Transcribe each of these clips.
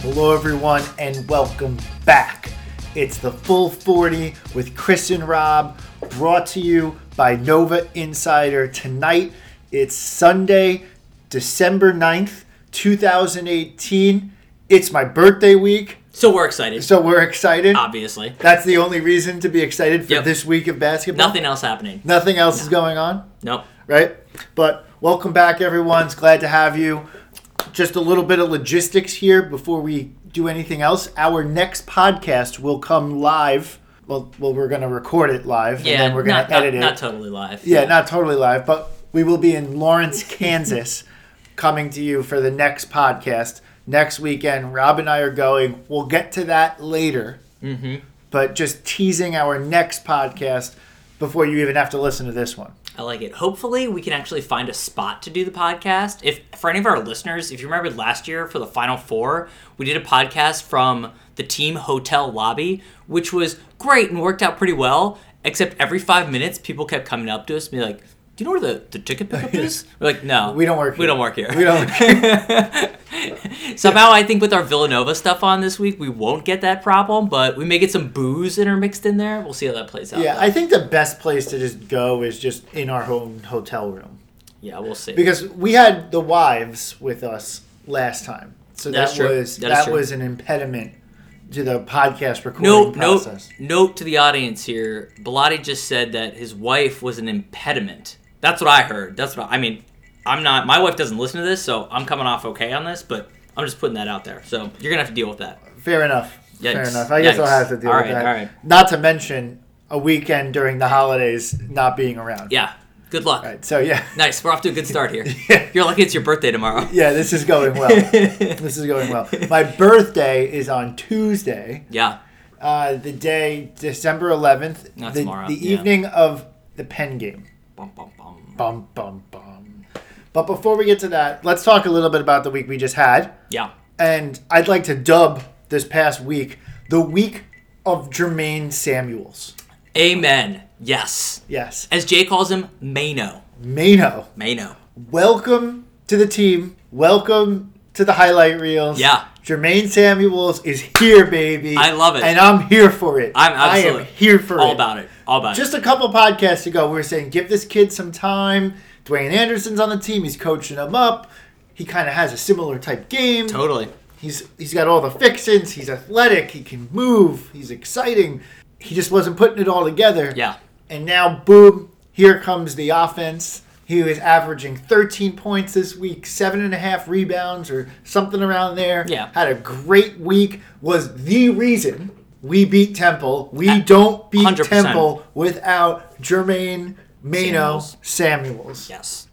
Hello, everyone, and welcome back. It's the Full 40 with Chris and Rob, brought to you by Nova Insider. Tonight, it's Sunday, December 9th, 2018. It's my birthday week, So we're excited, so we're excited. obviously. That's the only reason to be excited for Ah. Yep. this week of basketball. Nothing else happening. Nothing else is going on Nope. right? But welcome back, everyone. It's glad to have you. Just a little bit of logistics here before we do anything else. Our next podcast will come live. Well, well, we're going to record it live, and Yeah, then we're going not, to edit not, it. not totally live. yeah, not totally live, but we will be in Lawrence, Kansas, coming to you for the next podcast next weekend. Rob and I are going. We'll get to that later. Mm-hmm. But just teasing our next podcast before you even have to listen to this one. I like it. Hopefully, we can actually find a spot to do the podcast. If for any of our listeners, if you remember last year for the Final Four, we did a podcast from the team hotel lobby, which was great and worked out pretty well. Except every five minutes, people kept coming up to us and be like, "Do you know where the, the ticket pickup is?" We're like, "No, We don't work here. We don't work here." We don't. Somehow, I think with our Villanova stuff on this week, we won't get that problem, but we may get some booze intermixed in there. We'll see how that plays out. Yeah, though. I think the best place to just go is just in our own hotel room yeah, we'll see. because we had the wives with us last time, so That's that true. was That that, is true. was an impediment to the podcast recording note, note, process. note to the audience here. Bilotti just said that his wife was an impediment. That's what I heard. That's what I, I mean. I'm not. My wife doesn't listen to this, so I'm coming off okay on this. But I'm just putting that out there. So you're gonna have to deal with that. Fair enough. Fair Yikes. enough. I guess I'll Yikes. have to deal All with right, that. all right. Not to mention a weekend during the holidays not being around. Yeah. Good luck. Right, so yeah. Nice. We're off to a good start here. You're lucky it's your birthday tomorrow. Yeah, this is going well. this is going well. My birthday is on Tuesday. Yeah. uh, the day December 11th, Not the, tomorrow, the yeah. evening of the Penn game. Bum, bum, bum. Bum bum bum. But before we get to that, let's talk a little bit about the week we just had, Yeah. and I'd like to dub this past week the week of Jermaine Samuels. Amen. Yes. Yes, As Jay calls him, Mano. Mano, Mano. welcome to the team. Welcome to the highlight reels. Yeah. Jermaine Samuels is here, baby. I love it. and I'm here for it. I'm I am absolutely here for all it. about it. All about Just a couple podcasts ago, we were saying give this kid some time. Dwayne Anderson's on the team. He's coaching him up. He kind of has a similar type game. it. Totally. He's he's got all the fixins. He's athletic. He can move. He's exciting. He just wasn't putting it all together. Yeah. And now, boom! Here comes the offense. He was averaging 13 points this week, seven and a half rebounds, or something around there. Yeah. Had a great week. Was the reason we beat Temple. We don't beat 100%. Temple without Jermaine Mano Samuels. Samuels. Yes.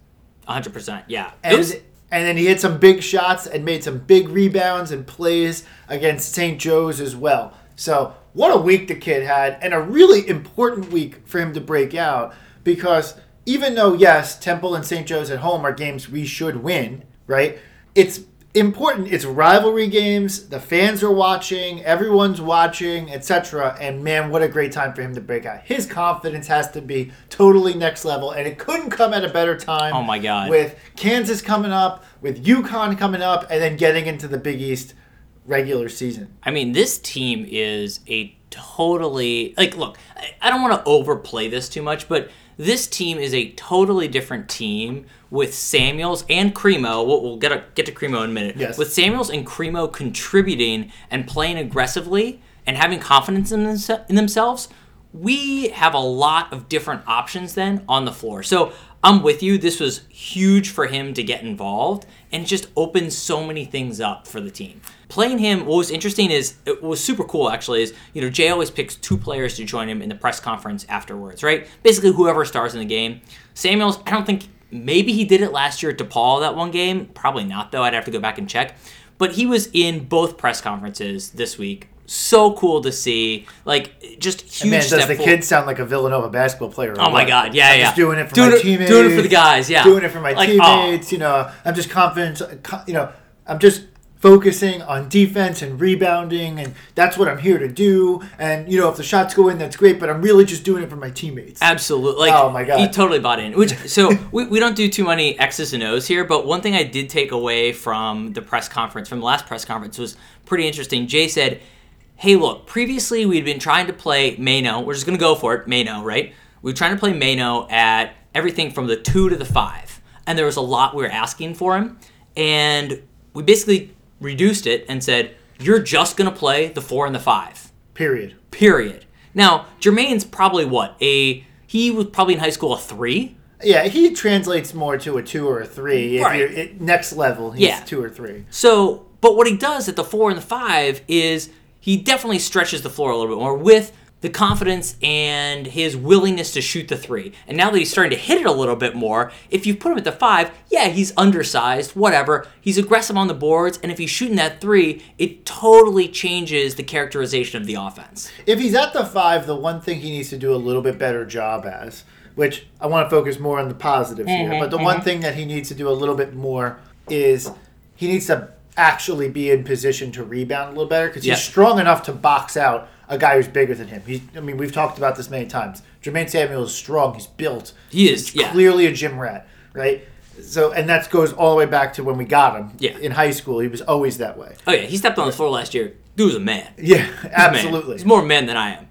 100%. Yeah. It And, was- and then he hit some big shots and made some big rebounds and plays against St. Joe's as well. So, what a week the kid had, and a really important week for him to break out because even though, yes, Temple and St. Joe's at home are games we should win, right? It's important. It's rivalry games. The fans are watching, everyone's watching, etc. And man, what a great time for him to break out. His confidence has to be totally next level, and it couldn't come at a better time Oh, my God. with Kansas coming up, with UConn coming up, and then getting into the Big East regular season. I mean, this team is a totally like. Look, I, I don't want to overplay this too much, but this team is a totally different team with Samuels and Cremo. We'll, we'll get a, get to Cremo in a minute. Yes. With Samuels and Cremo contributing and playing aggressively and having confidence in, themse- in themselves, we have a lot of different options then on the floor. So I'm with you. This was huge for him to get involved and just opened so many things up for the team. Playing him, what was interesting is, it was super cool actually, is, you know, Jay always picks two players to join him in the press conference afterwards, right? Basically, whoever stars in the game. Samuels, I don't think Maybe he did it last year at DePaul that one game. Probably not, though. I'd have to go back and check. But he was in both press conferences this week. so cool to see. Like just huge And man, does step the forward. kid sound like a Villanova basketball player? or Oh my what? god, yeah, I'm yeah. Just doing it for doing my teammates. Doing it for the guys, yeah. Doing it for my Like, oh. aw. teammates. You know, I'm just confident. co- You know, I'm just focusing on defense and rebounding, and that's what I'm here to do. And you know, if the shots go in, that's great. But I'm really just doing it for my teammates. Absolutely. Like, Oh my God. He totally bought in. Which so we, we don't do too many X's and O's here, but one thing I did take away from the press conference, from the last press conference, was pretty interesting. Jay said, Hey, look, previously we'd been trying to play Mano. We're just gonna go for it, Mano, right? We were trying to play Mano at everything from the two to the five. And there was a lot we were asking for him. And we basically reduced it and said, You're just gonna play the four and the five Period. period. Now, Jermaine's probably what a he was probably in high school a three. Yeah, he translates more to a two or a three. If Right. you're, it, next level, he's Yeah. two or three. So, but what he does at the four and the five is he definitely stretches the floor a little bit more with the confidence and his willingness to shoot the three. And now that he's starting to hit it a little bit more, if you put him at the five, yeah, he's undersized, whatever. He's aggressive on the boards, and if he's shooting that three, it totally changes the characterization of the offense. if he's at the five, the one thing he needs to do a little bit better job as, which I want to focus more on the positives Mm-hmm, here, but the one thing that he needs to do a little bit more is he needs to actually be in position to rebound a little better because Yeah. he's strong enough to box out a guy who's bigger than him. He's, I mean, we've talked about this many times. Jermaine Samuel is strong. He's built. He is, He's yeah. clearly a gym rat, right? So, and that goes all the way back to when we got him Yeah. in high school. He was always that way. Oh yeah, he stepped on the floor last year. Dude was a man. Yeah, a man. absolutely. He's more man than I am.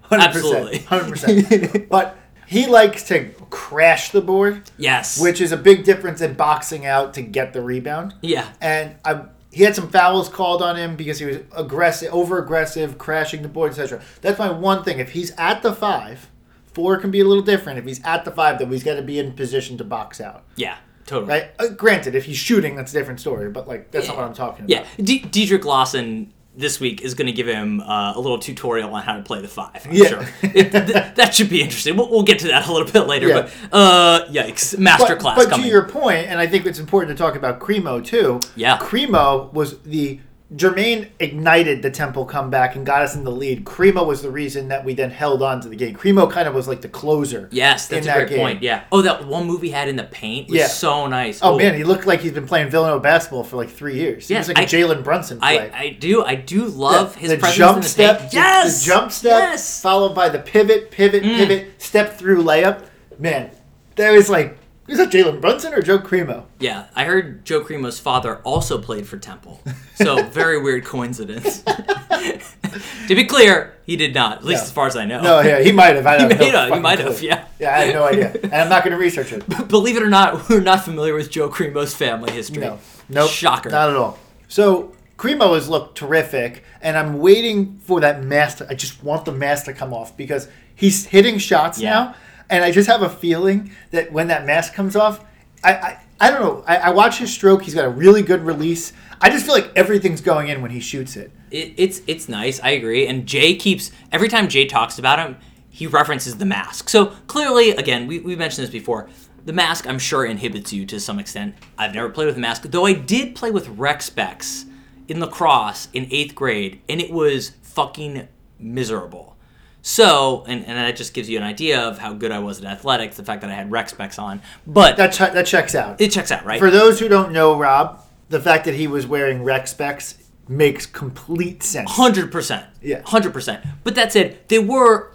Absolutely. hundred percent. But he likes to crash the board, Yes. which is a big difference in boxing out to get the rebound. yeah. And I, he had some fouls called on him because he was aggressive, over aggressive, crashing the board, etc. That's my one thing. If he's at the five, four can be a little different. If he's at the five, then he's got to be in position to box out. Yeah. Totally. Right. Uh, granted, if he's shooting, that's a different story. But like, that's not what I'm talking about. Yeah. D- Diedrich Lawson this week is going to give him uh, a little tutorial on how to play the five. I'm Yeah. sure. It- th- that should be interesting. We'll, we'll get to that a little bit later. Yeah. But uh, yikes, But, masterclass but coming. to your point, and I think it's important to talk about Cremo too. Yeah. Cremo was the Jermaine ignited the Temple comeback and got us in the lead. Cremo was the reason that we then held on to the game. Cremo kind of was like the closer. yes, in that's a that great game. point. Yeah. Oh, that one movie had in the paint was Yeah. so nice. Oh Ooh. man, he looked like he's been playing Villanova basketball for like three years. He Yeah, was like a I- Jalen Brunson I, play. I do I do love his the presence jump in the step, paint. the- Yes, the jump step, Yes, Mm. followed by the pivot, pivot, pivot, step through layup. Man, that was like is that Jalen Brunson or Joe Cremo? Yeah, I heard Joe Cremo's father also played for Temple. So, very weird coincidence. to be clear, he did not, at least No. as far as I know. No, yeah, he might have. I don't may know. have, Oh. he Fucking might have, clue. yeah. Yeah, I have no idea, and I'm not going to research it. Believe it or not, we're not familiar with Joe Cremo's family history. No, nope, Shocker. not at all. So Cremo has looked terrific, and I'm waiting for that mask. To, I just want the mask to come off because he's hitting shots Yeah. now, and I just have a feeling that when that mask comes off, I. I I don't know. I, I watch his stroke. He's got a really good release. I just feel like everything's going in when he shoots it. It, it's it's nice, I agree. And Jay keeps every time Jay talks about him, he references the mask. So clearly, again, we we mentioned this before. The mask, I'm sure, inhibits you to some extent. I've never played with a mask, though I did play with rec specs in lacrosse in eighth grade, and it was fucking miserable. So, and, and that just gives you an idea of how good I was at athletics, the fact that I had rec specs on. But That che- that checks out. it checks out, right? For those who don't know, Rob, the fact that he was wearing rec specs makes complete sense. Hundred percent. Yeah. Hundred percent. But that said, they were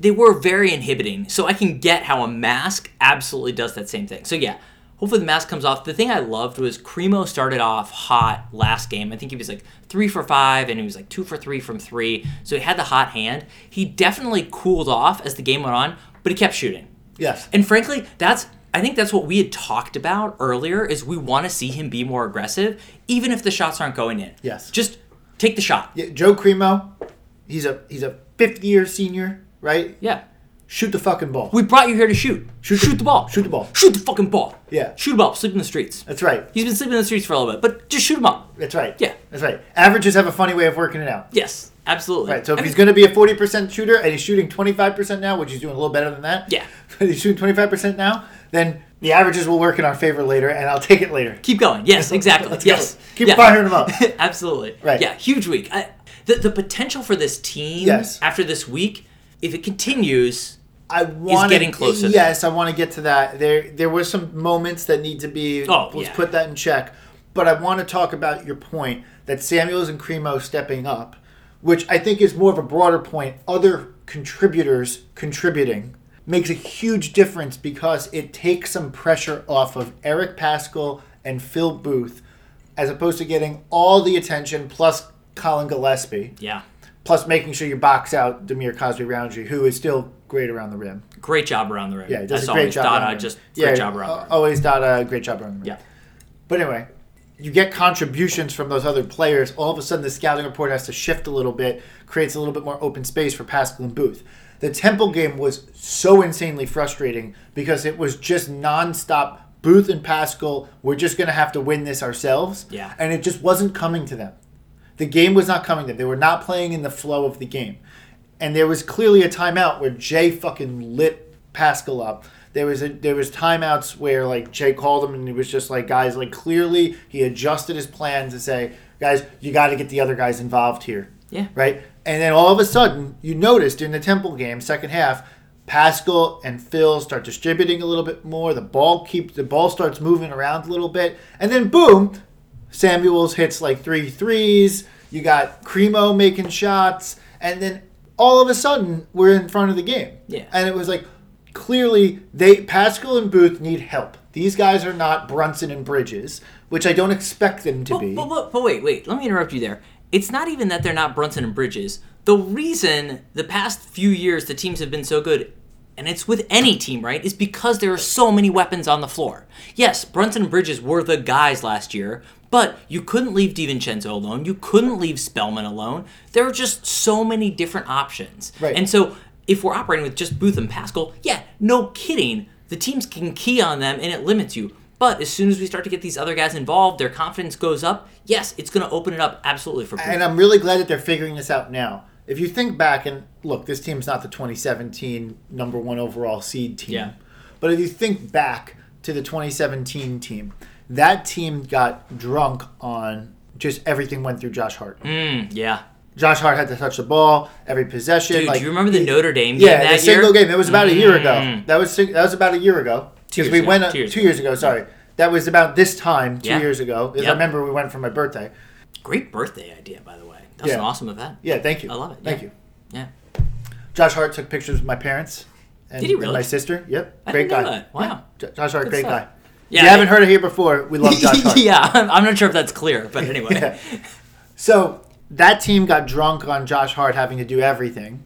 they were very inhibiting. So I can get how a mask absolutely does that same thing. So yeah. Hopefully the mask comes off. The thing I loved was Cremo started off hot last game. I think he was like three for five, and he was like two for three from three. So he had the hot hand. He definitely cooled off as the game went on, but he kept shooting. Yes. And frankly, that's I think that's what we had talked about earlier is we want to see him be more aggressive, even if the shots aren't going in. Yes. Just take the shot. Yeah, Joe Cremo, he's a he's a fifth year senior, right? Yeah. Shoot the fucking ball. We brought you here to shoot. Shoot, the, ball. shoot the ball. Shoot the fucking ball. Yeah. Shoot a ball. Sleep in the streets. That's right. He's been sleeping in the streets for a little bit, but just shoot him up. That's right. Yeah. That's right. Averages have a funny way of working it out. Yes, absolutely. Right. So if I he's mean, going to be a forty percent shooter and he's shooting twenty five percent now, which he's doing a little better than that. Yeah. But he's shooting twenty five percent now, then the averages will work in our favor later, and I'll take it later. keep going. Yes, exactly. Let's go. yes. Keep Yeah. firing him up. Absolutely. Right. Yeah, huge week. I, the, the potential for this team Yes. after this week, if it continues, I want getting closer to Yes, I want to get to that. There, there were some moments that need to be. Oh, let's yeah. put that in check. But I want to talk about your point that Samuels and Cremo stepping up, which I think is more of a broader point. Other contributors contributing makes a huge difference because it takes some pressure off of Eric Pascal and Phil Booth, as opposed to getting all the attention plus Colin Gillespie, yeah. plus making sure you box out Demir Cosby Roundtree, who is still great around the rim. Great job around the rim. Yeah, he does As a great always, job. Dada, around the rim. just yeah, uh, great job around the al- rim. Always Dada, great job around the rim. Yeah. But anyway, you get contributions from those other players. All of a sudden, the scouting report has to shift a little bit, creates a little bit more open space for Pascal and Booth. The Temple game was so insanely frustrating because it was just nonstop. Booth and Pascal, we're just going to have to win this ourselves. Yeah. And it just wasn't coming to them. The game was not coming to them. They were not playing in the flow of the game. And there was clearly a timeout where Jay fucking lit Pascal up. There was a, there was timeouts where like Jay called him and he was just like guys like clearly he adjusted his plan to say guys you got to get the other guys involved here Yeah. right and then all of a sudden you noticed in the Temple game second half Pascal and Phil start distributing a little bit more the ball keeps the ball starts moving around a little bit and then boom Samuels hits like three threes. You got Cremo making shots, and then all of a sudden we're in front of the game. Yeah. and it was like clearly they Pascal and Booth need help. These guys are not Brunson and Bridges, which I don't expect them to But, be. but, but, but wait, wait. Let me interrupt you there. It's not even that they're not Brunson and Bridges. The reason the past few years the teams have been so good, and it's with any team, right, is because there are so many weapons on the floor. Yes, Brunson and Bridges were the guys last year, but you couldn't leave DiVincenzo alone. You couldn't leave Spellman alone. There are just so many different options. Right. And so if we're operating with just Booth and Pascal, yeah, no kidding. The teams can key on them and it limits you. But as soon as we start to get these other guys involved, their confidence goes up. Yes, it's going to open it up absolutely for Booth. and I'm really glad that they're figuring this out now. If you think back and look, this team's not the 2017 number one overall seed team. Yeah. But if you think back to the 2017 team, that team got drunk on just everything went through Josh Hart. Mm, yeah. Josh Hart had to touch the ball every possession. Dude, like, do you remember the he- Notre Dame game Yeah, that the single year? Mm-hmm. game. That was about a year ago. That was sig- that was about a year ago. Two Because years we ago. went up- Two years two ago. years ago. Sorry, that was about this time two Yeah. years ago. 'cause Yep. I remember we went for my birthday. Great birthday idea, by the way. That was Yeah. an awesome event. Yeah, thank you. I love it, Thank yeah. you. Yeah. Josh Hart took pictures with my parents and, Did he and really? my sister. Yep, I great didn't guy. know that. Wow. Yeah. Jo- Josh Hart, Good great stuff. guy. if you I- haven't heard it here before, we love Josh Hart. yeah, I'm I'm not sure if that's clear, but anyway. Yeah. So that team got drunk on Josh Hart having to do everything,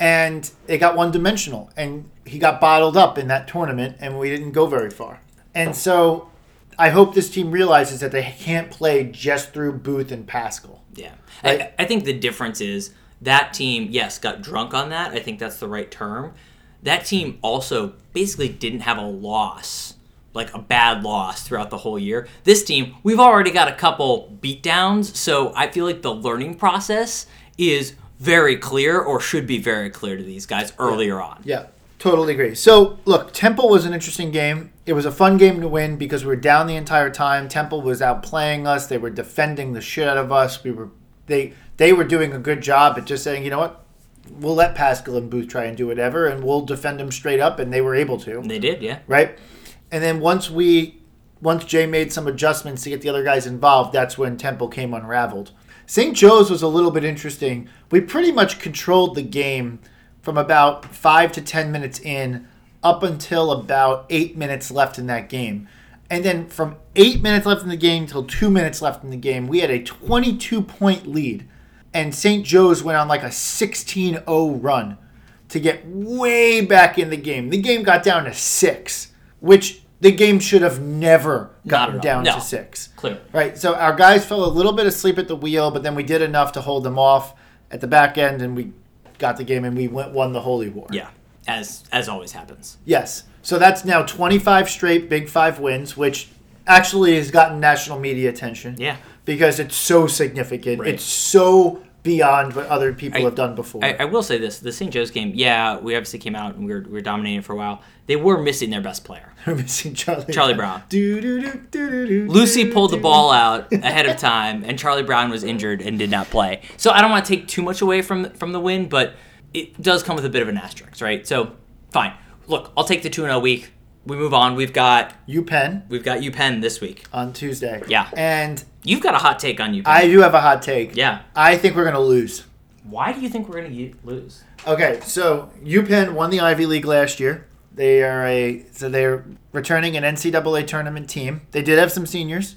and it got one dimensional, and he got bottled up in that tournament, and we didn't go very far. And so I hope this team realizes that they can't play just through Booth and Pascal. Yeah. Right? I, I think the difference is that team, yes, got drunk on that. I think that's the right term. That team also basically didn't have a loss, like a bad loss throughout the whole year. This team, we've already got a couple beatdowns, so I feel like the learning process is very clear or should be very clear to these guys earlier on. Yeah, totally agree. So, look, Temple was an interesting game. It was a fun game to win because we were down the entire time. Temple was outplaying us. They were defending the shit out of us. We were they they were doing a good job at just saying, you know what, we'll let Pascal and Booth try and do whatever, and we'll defend them straight up, and they were able to They did, yeah. right? And then once we, once Jay made some adjustments to get the other guys involved, that's when Temple came unraveled. St. Joe's was a little bit interesting. We pretty much controlled the game from about five to ten minutes in, up until about eight minutes left in that game. And then from eight minutes left in the game till two minutes left in the game, we had a 22 point lead. And St. Joe's went on like a 16 0 run to get way back in the game. The game got down to six, which the game should have never gotten at all. down No. to six. Clearly. Right. So our guys fell a little bit asleep at the wheel, but then we did enough to hold them off at the back end, and we got the game, and we went won the Holy War. Yeah. As as always happens. Yes. So that's now 25 straight Big Five wins, which actually has gotten national media attention Yeah. because it's so significant. Right. It's so beyond what other people I- have done before. I, I will say this: the St. Joe's game, yeah, we obviously came out and we were, we were dominating for a while. They were missing their best player. We're missing Charlie. Charlie Brown. Do, do, do, do, do, do, Lucy do, pulled the do. ball out ahead of time, and Charlie Brown was injured and did not play. So I don't want to take too much away from from the win, but it does come with a bit of an asterisk, right? So fine. Look, I'll take the two and zero week. We move on. We've got You Penn we've got UPenn this week. on Tuesday. Yeah. And You've got a hot take on UPenn. I do have a hot take. yeah. I think we're going to lose. Why do you think we're gonna u- lose? Okay, so UPenn won the Ivy League last year. They are a so they're returning an NCAA tournament team. They did have some seniors.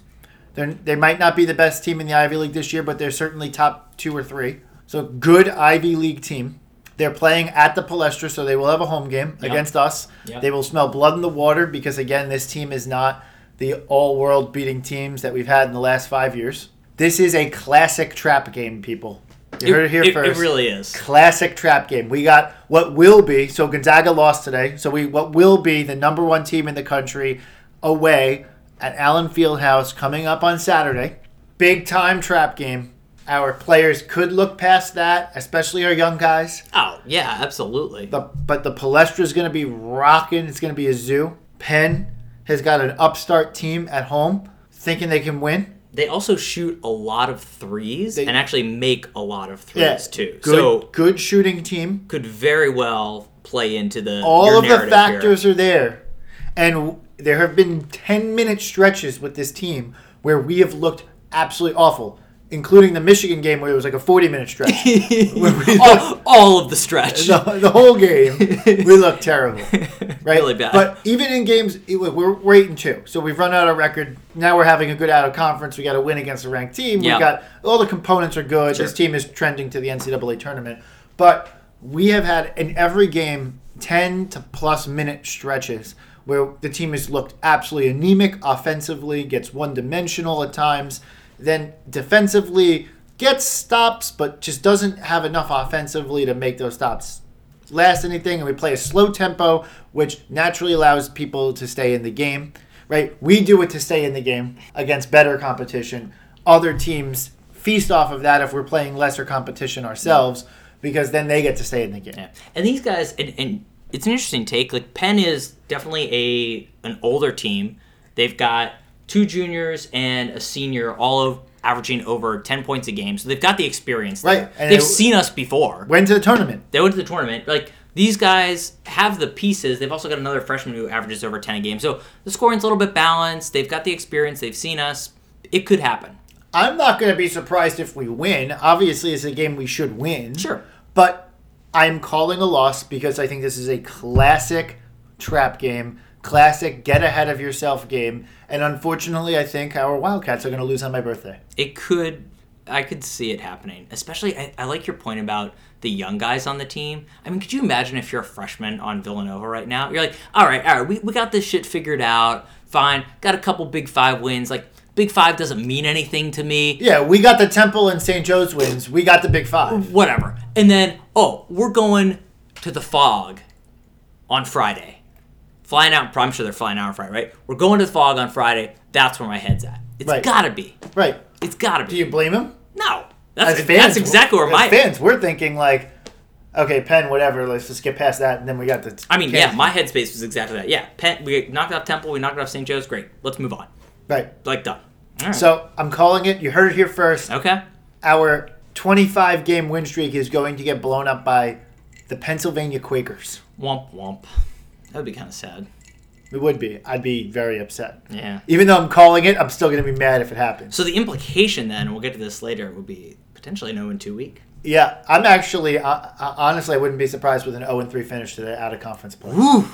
They they might not be the best team in the Ivy League this year, but they're certainly top two or three. So good Ivy League team. They're playing at the Palestra, so they will have a home game against us. Yeah. They will smell blood in the water because again, this team is not the all-world beating teams that we've had in the last five years. This is a classic trap game, people. You heard it here it, first It really is. classic trap game. We got what will be so Gonzaga lost today. So we what will be the number one team in the country away at Allen Fieldhouse coming up on Saturday. Big time trap game. Our players could look past that, especially our young guys. Oh yeah, absolutely. The, but the Palestra is going to be rocking. It's going to be a zoo. Penn has got an upstart team at home, thinking they can win. They also shoot a lot of threes They- and actually make a lot of threes too. Good, So good shooting team. could very well play into the all your of the narrative factors are there and w- there have been 10 minute stretches with this team where we have looked absolutely awful including the michigan game where it was like a 40 minute stretch here. Where we looked- all, all of the stretch. the, the whole game we looked terrible right Really bad. but even in games it, wa- we're, we're 8 and 2 so we've run out of record now we're having a good out of conference we got a win against a ranked team Yeah. we got all the components are good Sure. this team is trending to the ncaa tournament but we have had in every game 10 to plus minute stretches where the team has looked absolutely anemic offensively gets one dimensional at times then defensively gets stops but just doesn't have enough offensively to make those stops last anything and we play a slow tempo which naturally allows people to stay in the game right we do it to stay in the game against better competition other teams feast off of that if we're playing lesser competition ourselves because then they get to stay in the game Yeah. And these guys, and, and it's an interesting take. Like Penn is definitely a an older team. They've got two juniors and a senior, all of averaging over ten points a game. So they've got the experience. there. Right, and they've it- seen us before. went to the tournament They went to the tournament. Like these guys have the pieces. They've also got another freshman who averages over ten a game. So the scoring's a little bit balanced. They've got the experience. They've seen us. It could happen. i'm not going to be surprised if we win obviously it's a game we should win Sure. but i'm calling a loss because i think this is a classic trap game classic get ahead of yourself game and unfortunately i think our wildcats are going to lose on my birthday It could. I could see it happening. Especially, I, I like your point about the young guys on the team. I mean, could you imagine if you're a freshman on Villanova right now? You're like, all right, all right, we, we got this shit figured out. Fine. Got a couple Big Five wins. Like, Big Five doesn't mean anything to me. Yeah, we got the Temple and St. Joe's wins. We got the Big Five. whatever. And then, oh, we're going to the fog on Friday. Flying out, I'm sure they're flying out on Friday, right? We're going to the fog on Friday. That's where my head's at. It's Right. gotta be. Right. It's gotta be. Do you blame him? no. That's, that's exactly where as my. fans we're thinking like, okay, Penn, whatever. Let's just get past that, and then we got the. I mean, yeah, Kansas. my headspace was exactly that. Yeah, Penn, we knocked off Temple, we knocked off St. Joe's. Great. Let's move on. right. Like, done. All right. So I'm calling it. You heard it here first. okay. Our 25 game win streak is going to get blown up by the Pennsylvania Quakers. Womp womp. That would be kind of sad. It would be. I'd be very upset. Yeah. Even though I'm calling it, I'm still going to be mad if it happens. So the implication then, and we'll get to this later, would be potentially no in two week. Yeah, I'm actually, I, I, honestly, I wouldn't be surprised with an 0 3 finish to the out of conference play. Woo!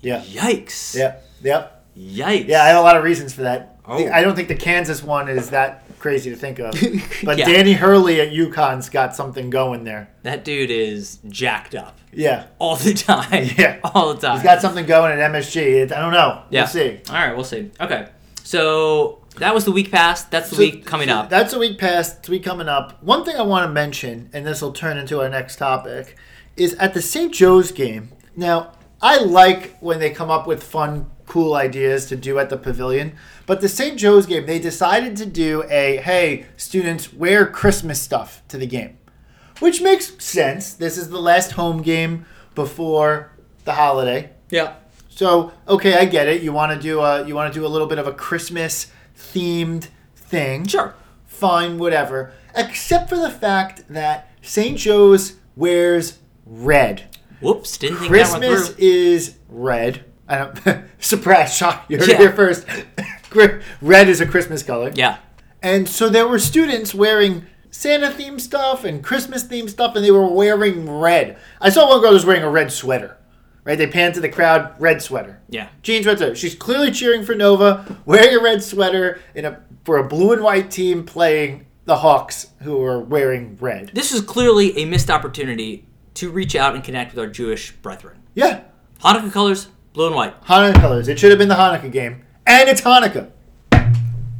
Yeah. Yikes. Yep. Yep. Yikes. Yeah, I had a lot of reasons for that. Oh. I don't think the Kansas one is that crazy to think of. But Yeah. Danny Hurley at UConn's got something going there. That dude is jacked up Yeah. all the time. Yeah. All the time. He's got something going at MSG. It, I don't know. yeah. We'll see. All right, we'll see. Okay. So that was the week past. That's the So- week coming so up. That's a week past. It's a week coming up. One thing I want to mention, and this will turn into our next topic, is at the St. Joe's game. Now, I like when they come up with fun, cool ideas to do at the pavilion, but the St. Joe's game, they decided to do a hey, students, wear Christmas stuff to the game. which makes sense. This is the last home game before the holiday. Yeah. So okay, I get it. You want to do a you want to do a little bit of a Christmas themed thing. Sure. Fine, whatever. Except for the fact that St. Joe's wears red. Whoops, didn't think that went Christmas through. is red. I don't surprise shock. You heard Yeah. it here first. Gr- red is a Christmas color. Yeah. And so there were students wearing Santa themed stuff and Christmas themed stuff, and they were wearing red. I saw one girl who was wearing a red sweater. Right? They panned to the crowd, red sweater. Yeah. Jeans red sweater. She's clearly cheering for Nova, wearing a red sweater in a for a blue and white team playing the Hawks, who are wearing red. This was clearly a missed opportunity to reach out and connect with our Jewish brethren. Yeah. Hanukkah colors, blue and white. Hanukkah colors. It should have been the Hanukkah game. And it's Hanukkah.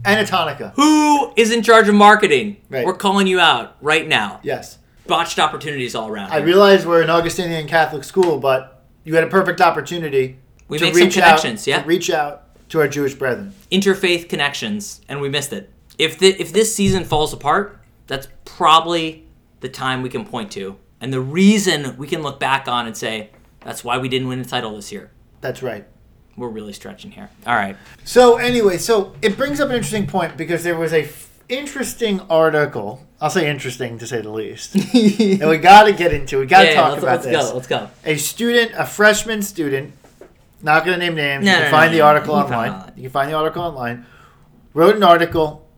And it's Hanukkah. Who is in charge of marketing? Right. We're calling you out right now. Yes. Botched opportunities all around. I realize we're an Augustinian Catholic school, but you had a perfect opportunity We made some connections, out, yeah. to reach out to our Jewish brethren. Interfaith connections, and we missed it. If the, if this season falls apart, that's probably the time we can point to, and the reason we can look back on and say that's why we didn't win the title this year. That's right. We're really stretching here. All right. So anyway, so it brings up an interesting point because there was a f- interesting article. I'll say interesting to say the least. and we got to get into. We got to Yeah, talk let's, about let's this. go. Let's go. a student, a freshman student, not going to name names. No, you can no, no, find the no, no. article You can find online. it online. You can find the article online. Wrote an article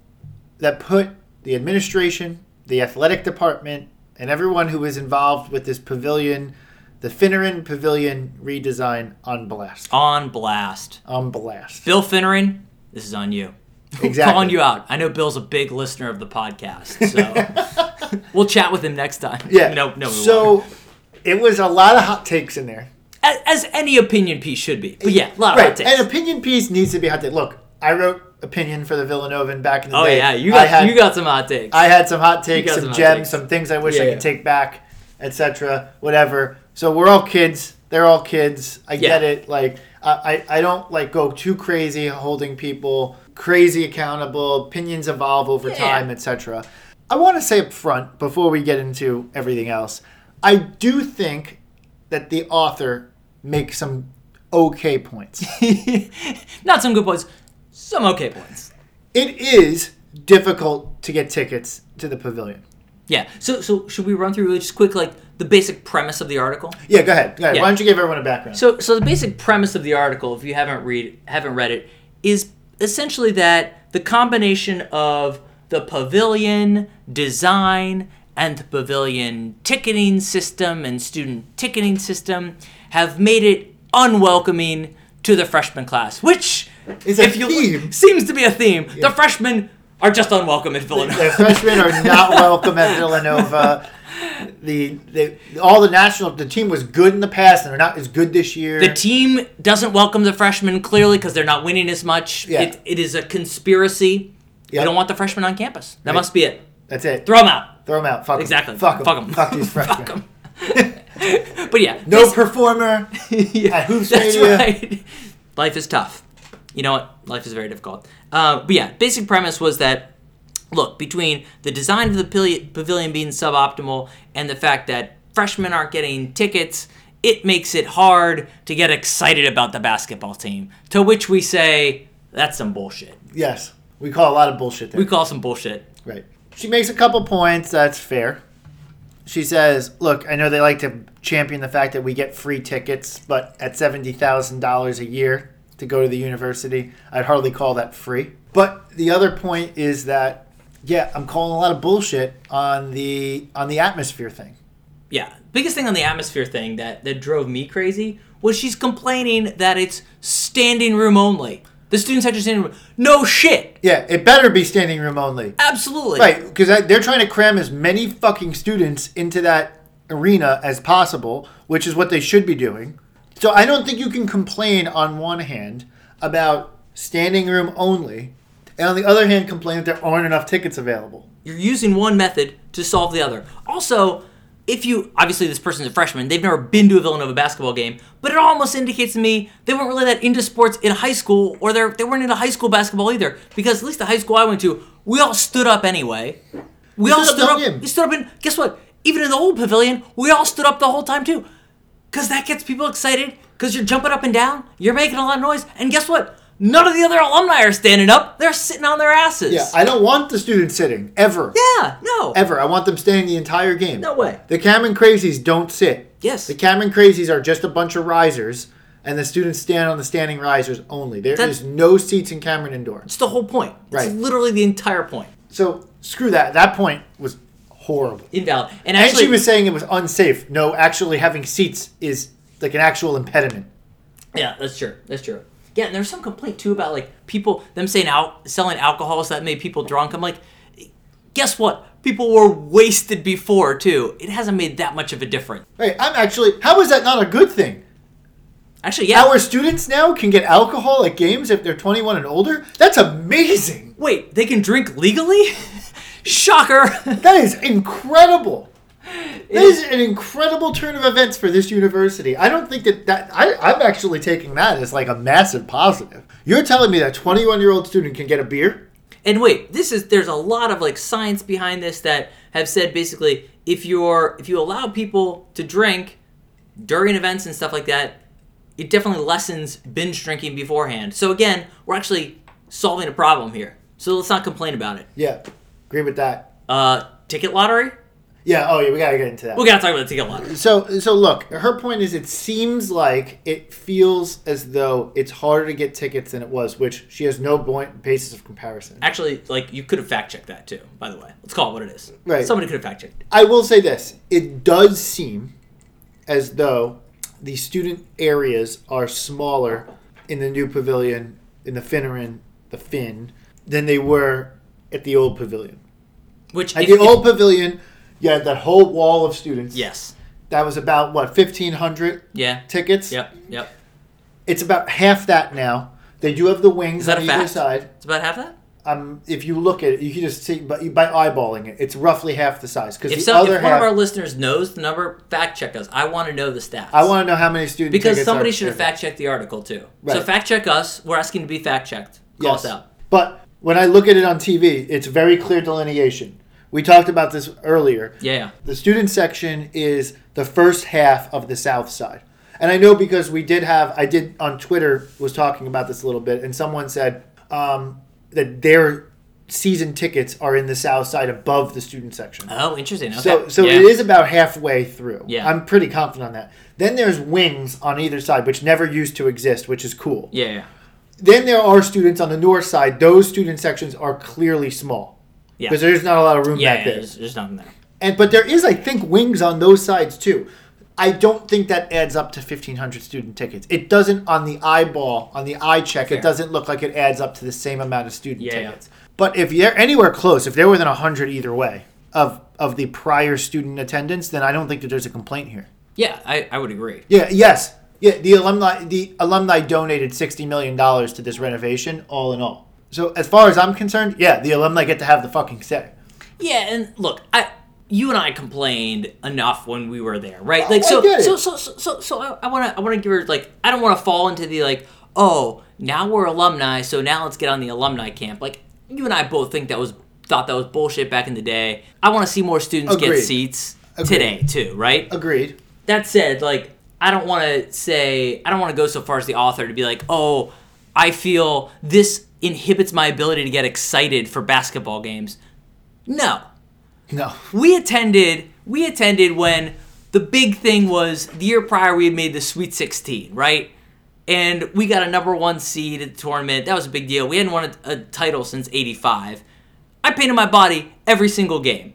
that put the administration, the athletic department, and everyone who was involved with this pavilion, the Finneran Pavilion redesign, on blast. On blast. On blast. Bill Finneran, this is on you. Exactly. Calling you out. I know Bill's a big listener of the podcast, so we'll chat with him next time. Yeah. No, no. We won't. So it was a lot of hot takes in there. as, as any opinion piece should be. But yeah, a lot of hot Right. takes. An opinion piece needs to be hot take. Look, I wrote opinion for the Villanovan back in the oh day. yeah, you I got had- you got some hot takes. I had some hot takes, got some, some hot gems, takes. some things I wish I Yeah, could yeah. take back, etc. Whatever. So we're all kids. They're all kids. I get Yeah. it. Like I, I, I don't like go too crazy holding people crazy accountable. Opinions evolve over Yeah. time, etc. I want to say up front before we get into everything else, I do think that the author makes some okay points. Not some good points, some okay points. it is difficult to get tickets to the pavilion. Yeah. So so should we run through really just quick like the basic premise of the article? Yeah, go ahead. Go ahead. Yeah. Why don't you give everyone a background? So, so the basic premise of the article, if you haven't read haven't read it, is essentially that the combination of the pavilion design and the pavilion ticketing system and student ticketing system have made it unwelcoming to the freshman class, which It's a theme. seems to be a theme. The freshmen are just unwelcome at Villanova. The freshmen are not welcome at Villanova. The, the all the national the team was good in the past and they're not as good this year. The team doesn't welcome the freshmen clearly because they're not winning as much. Yeah. It, it is a conspiracy. They Yep. don't want the freshmen on campus. That must be it. That's it. Throw them out. Throw them out. Fuck 'em. Exactly. Fuck them. Fuck 'em. Fuck these freshmen. Fuck 'em. but yeah, No this- performer at Hoops that's Media. right. Life is tough. You know what? Life is very difficult. Uh, but yeah, basic premise was that look between the design of the pili- pavilion being suboptimal and the fact that freshmen aren't getting tickets, it makes it hard to get excited about the basketball team. To which we say, that's some bullshit. Yes, we call a lot of bullshit there. We call some bullshit. Right. She makes a couple points. That's fair. She says, "Look, I know they like to champion the fact that we get free tickets, but at seventy thousand dollars a year to go to the university, I'd hardly call that free." But the other point is that, yeah, I'm calling a lot of bullshit on the on the atmosphere thing. Yeah. Biggest thing on the atmosphere thing that, that drove me crazy was she's complaining that it's standing room only. The students had to standing room. No shit. Yeah, it better be standing room only. Absolutely. Right, because they're trying to cram as many fucking students into that arena as possible, which is what they should be doing. So I don't think you can complain on one hand about standing room only, and on the other hand, complain that there aren't enough tickets available. You're using one method to solve the other. Also, if you obviously this person's a freshman, they've never been to a Villanova basketball game, but it almost indicates to me they weren't really that into sports in high school, or they they weren't into high school basketball either. Because at least the high school I went to, we all stood up anyway. We all stood stood up up. in. We stood up and guess what? Even in the old pavilion, we all stood up the whole time too, because that gets people excited. Because you're jumping up and down, you're making a lot of noise, and guess what? None of the other alumni are standing up. They're sitting on their asses. Yeah, I don't want the students sitting ever. Yeah, no. Ever. I want them staying the entire game. No way. The Cameron Crazies don't sit. Yes. The Cameron Crazies are just a bunch of risers, and the students stand on the standing risers only. There is That's- no seats in Cameron Indoor. It's the whole point. Right. It's literally the entire point. So screw that. That point was horrible. Invalid. And And actually, she was saying it was unsafe. No, actually having seats is like an actual impediment. yeah, that's true. That's true. Yeah, and there's some complaint too about like people them saying al- selling alcohol so that made people drunk. I'm like, guess what? People were wasted before too. It hasn't made that much of a difference. Right. I'm actually. How is that not a good thing? Actually, yeah. Our students now can get alcohol at games if they're 21 and older. That's amazing. Wait, they can drink legally? Shocker. That is incredible. That is an incredible turn of events for this university. I don't think that that I, I'm actually taking that as like a massive positive. You're telling me that 21 year old student can get a beer? And wait, this is there's a lot of like science behind this that have said basically if you're if you allow people to drink during events and stuff like that, it definitely lessens binge drinking beforehand. So again, we're actually solving a problem here. So let's not complain about it. Yeah, agree with that. Uh, ticket lottery? Yeah. Oh yeah, we gotta get into that. We gotta talk about the ticket lottery. So so look, her point is it seems like it feels as though it's harder to get tickets than it was, which she has no point basis of comparison. Actually, like you could have fact checked that too. By the way, let's call it what it is. Right. Somebody could have fact checked. I will say this: it does seem as though the student areas are smaller in the new pavilion, in the Finneran, the Finn, than they were at the old pavilion. Which At if- the if- old pavilion, you had that whole wall of students. yes. That was about what fifteen hundred Yeah. tickets. Yep. Yep. It's about half that now. They do have the wings Is that on a either fact? side. It's about half that. Um, if you look at it, you can just see by, by eyeballing it. It's roughly half the size because the If, some, if other one half. of our listeners knows the number, fact check us. I want to know the stats. I want to know how many student because tickets somebody are- should have fact checked the article too. So Right. fact check us. We're asking to be fact checked. Call us out. But when I look at it on TV, it's very clear delineation. We talked about this earlier. Yeah, yeah. The student section is the first half of the south side. And I know because we did have, I did on Twitter was talking about this a little bit, and someone said um, that their season tickets are in the south side above the student section. Oh, interesting. Okay. So, so yeah. it is about halfway through. Yeah. I'm pretty confident on that. Then there's wings on either side, which never used to exist, which is cool. Yeah, yeah. Then there are students on the north side. Those student sections are clearly small Yeah. because there's not a lot of room Yeah, yeah, back there. there's, there's nothing there. And but there is, I think, wings on those sides too. I don't think that adds up to 1,500 student tickets. It doesn't on the eyeball, on the eye check. Fair. It doesn't look like it adds up to the same amount of student Yeah, yeah. tickets. But if you're anywhere close, if they're within 100 either way of of the prior student attendance, then I don't think that there's a complaint here. Yeah, I, I would agree. Yeah. Yes. Yeah. The alumni. The alumni donated sixty million dollars to this renovation. All in all. So as far as I'm concerned, yeah, the alumni get to have the fucking say. Yeah, and look, I you and I complained enough when we were there, right? Oh, Like I so, get it. so so so so so I I want to I want to give her like I don't want to fall into the like oh now we're alumni so now let's get on the alumni camp like you and I both think that was thought that was bullshit back in the day. I want to see more students Agreed. get seats today too, right? Agreed. that said, like I don't want to say I don't want to go so far as the author to be like, oh, I feel this inhibits my ability to get excited for basketball games. No, No. we attended. We attended when the big thing was the year prior we had made the Sweet 16, right? And we got a number one seed at the tournament. That was a big deal. We hadn't won a, a title since '85. I painted my body every single game.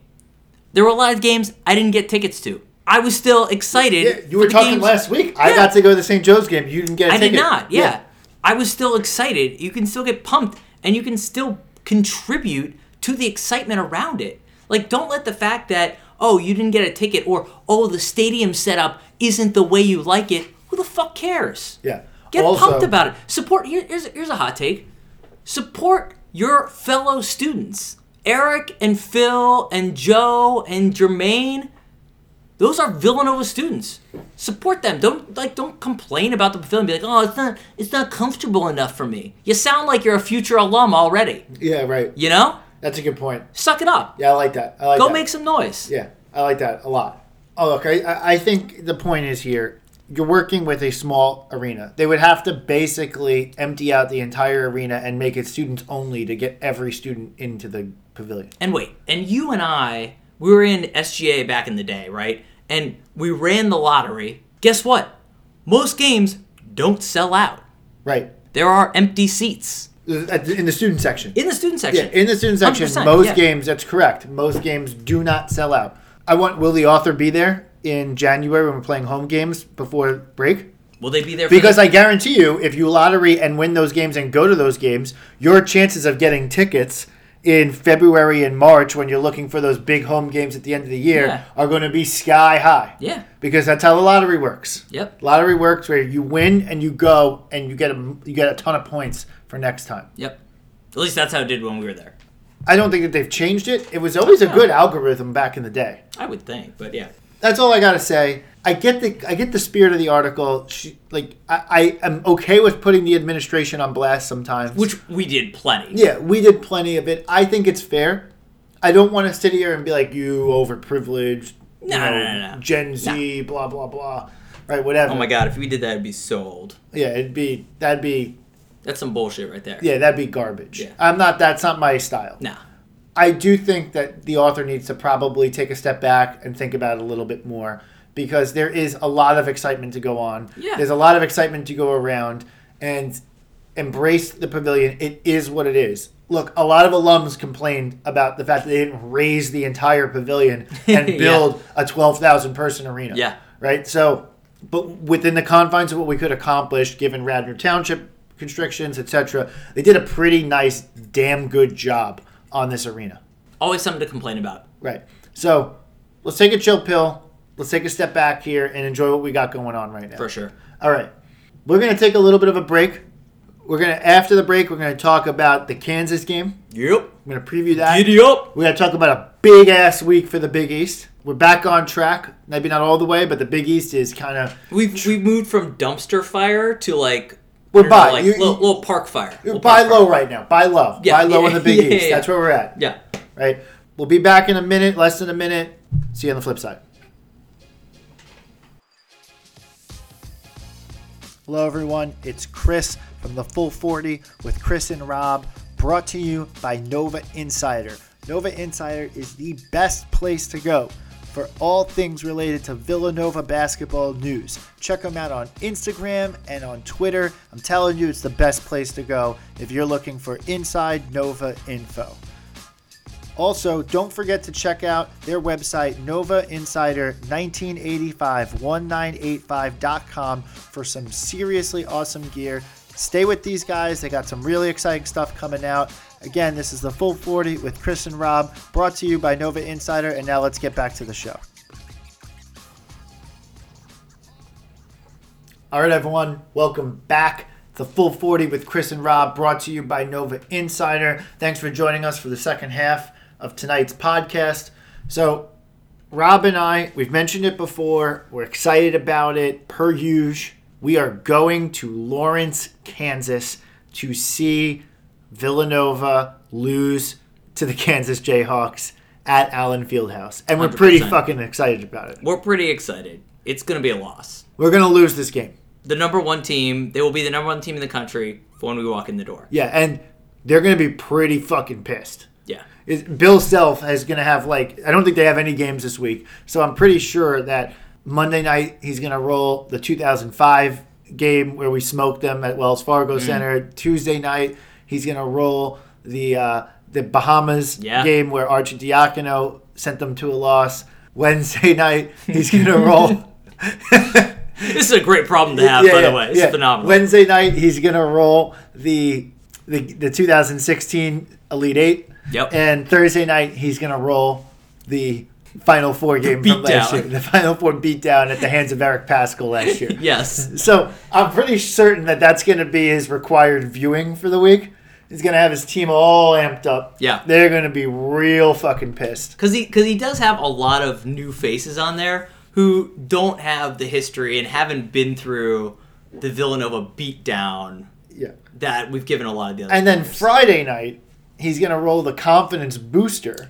There were a lot of games I didn't get tickets to. I was still excited. Yeah, you for were the talking games- last week. I Yeah. got to go to the St. Joe's game. You didn't get. a I did ticket. not. Yeah. I was still excited. You can still get pumped and you can still contribute to the excitement around it. Like don't let the fact that oh, you didn't get a ticket or oh, the stadium setup isn't the way you like it. Who the fuck cares? Yeah. Get Also- pumped about it. Support here, here's here's a hot take. Support your fellow students. Eric and Phil and Joe and Jermaine those are Villanova students. Support them. Don't like don't complain about the pavilion. Be like, oh, it's not it's not comfortable enough for me. You sound like you're a future alum already. Yeah. Right. You know, That's a good point. suck it up. Yeah, I like that. I like. Go that. make some noise. Yeah. I like that a lot. Oh, look, I- I, I think the point is here you're working with a small arena. They would have to basically empty out the entire arena and make it students only to get every student into the pavilion. And wait, and you and I, we were in SGA back in the day, right? And we ran the lottery. Guess what? Most games don't sell out. Right. There are empty seats At the- In the student section. in the student Yeah, section. in the student section, 100%, most yeah. games, that's correct. Most games do not sell out. I want Will the Author be there in January when we're playing home games before break? Will they be there? For Because the- I guarantee you, if you lottery and win those games and go to those games, your chances of getting tickets in February and March when you're looking for those big home games at the end of the year Yeah. are going to be sky high. yeah, Because that's how the lottery works. yep, Lottery works where you win and you go and you get a you get a ton of points for next time. yep. At least that's how it did when we were there. I don't think that they've changed it. It was always a Yeah. good algorithm back in the day. I would think, but yeah, that's all I gotta say. I get the I get the spirit of the article. She, like I, I am okay with putting the administration on blast sometimes. which we did plenty. yeah, we did plenty of it. I think it's fair. I don't want to sit here and be like you overprivileged, you No, no, no, no. Gen Z, blah blah blah, right? Whatever. Oh my god, if we did that, it'd be so old. Yeah, it'd be that'd be That's some bullshit right there. yeah that'd be garbage. Yeah. I'm not that's not my style. Nah. I do think that the author needs to probably take a step back and think about it a little bit more because there is a lot of excitement to go on. Yeah. There's a lot of excitement to go around and embrace the pavilion. It is what it is. Look, a lot of alums complained about the fact that they didn't raise the entire pavilion and Yeah. build a 12,000 person arena. Yeah. Right? So, but within the confines of what we could accomplish, given Radnor Township constrictions, etc., they did a pretty nice, damn good job on this arena. Always something to complain about. Right. So let's take a chill pill. Let's take a step back here and enjoy what we got going on right now. For sure. All right. We're going to take a little bit of a break. We're going to, after the break, we're going to talk about the Kansas game. Yep. I'm going to preview that. Giddy up. We're going to talk about a big ass week for the Big East. We're back on track. Maybe not all the way, but the Big East is kind of. We've we moved from dumpster fire to like We're I don't know, by. like You- little, you- little park fire. Little Buy park fire. low right now. Buy low. Yeah, buy low yeah, in the Big yeah, East. yeah. That's where we're at. Yeah. Right. We'll be back in a minute, less than a minute. See you on the flip side. Hello, everyone. It's Chris from the Full 40 with Chris and Rob, brought to you by Nova Insider. Nova Insider is the best place to go for all things related to Villanova basketball news. Check them out on Instagram and on Twitter. I'm telling you, it's the best place to go if you're looking for inside Nova info. Also, don't forget to check out their website, NovaInsider1985-1985.com for some seriously awesome gear. Stay with these guys. They got some really exciting stuff coming out. Again, this is The Full 40 with Chris and Rob, brought to you by Nova Insider. And now let's get back to the show. All right, everyone, welcome back. The Full 40 with Chris and Rob, brought to you by Nova Insider. Thanks for joining us for the second half of tonight's podcast. So, Rob and I, we've mentioned it before, we're excited about it. Per usual, we are going to Lawrence, Kansas to see Villanova lose to the Kansas Jayhawks at Allen Fieldhouse. And we're pretty 100%. fucking excited about it. We're pretty excited. It's gonna be a loss. We're going to lose this game. The number one team. They will be the number one team in the country when we walk in the door. Yeah, and they're going to be pretty fucking pissed. Yeah. Is Bill Self is going to have like I don't think they have any games this week, so I'm pretty sure that Monday night he's going to roll the 2005 game where we smoked them at Wells Fargo Center. Tuesday night he's going to roll the uh, the Bahamas Yeah. game where Archie Diacono sent them to a loss. Wednesday night he's going to roll. This is a great problem to have, by the way. It's phenomenal. Wednesday night he's gonna roll the the, the 2016 Elite Eight. Yep. And Thursday night he's gonna roll the Final Four game from last beatdown. year, the Final Four beatdown at the hands of Eric Pascal last year. yes. So I'm pretty certain that that's going to be his required viewing for the week. He's going to have his team all amped up. Yeah. They're going to be real fucking pissed. because he because he does have a lot of new faces on there who don't have the history and haven't been through the Villanova beatdown Yeah. that we've given a lot of the other. And then players. Friday night, he's going to roll the confidence booster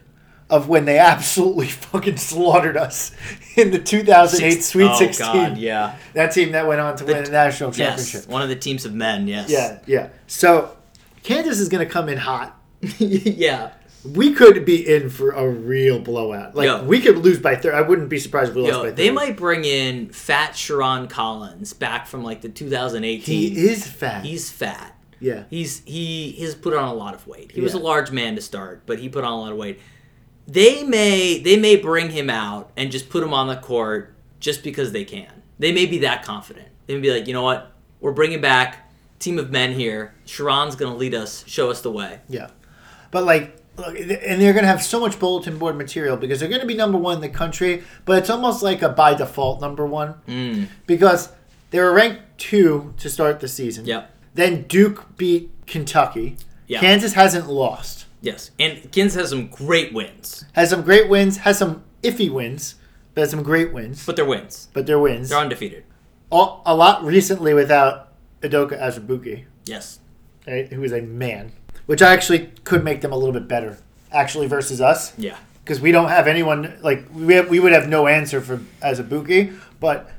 of when they absolutely fucking slaughtered us in the 2008 Six- Sweet oh, 16. God, yeah. That team that went on to win the national championship. Yes, one of the teams of men. Yes. Yeah, yeah. So Kansas is going to come in hot. yeah. We could be in for a real blowout. Like Yo. we could lose by 30. I wouldn't be surprised if we lost by Yo, 30. they might bring in fat Sharon Collins back from like the 2018. He is fat. He's fat. yeah. He's he he's put on a lot of weight. He was a Yeah. large man to start, but he put on a lot of weight. They may they may bring him out and just put him on the court just because they can. They may be that confident. They may be like, you know what, we're bringing back team of men here. Sharon's gonna lead us, show us the way. Yeah, but like, look, and they're going to have so much bulletin board material because they're going to be number one in the country. But it's almost like a by default number one Mm. because they were ranked two to start the season. Yep. Then Duke beat Kentucky. Yeah. Kansas hasn't lost. Yes, and Kins has some great wins, Has some great wins. Has some iffy wins, but has some great wins. but they're wins. But they're wins. They're undefeated. All- a lot recently without Adoka Azubuki. Yes. right, who is a man, which actually could make them a little bit better, actually versus us, Yeah. because we don't have anyone like we have, we would have no answer for as a Buki, but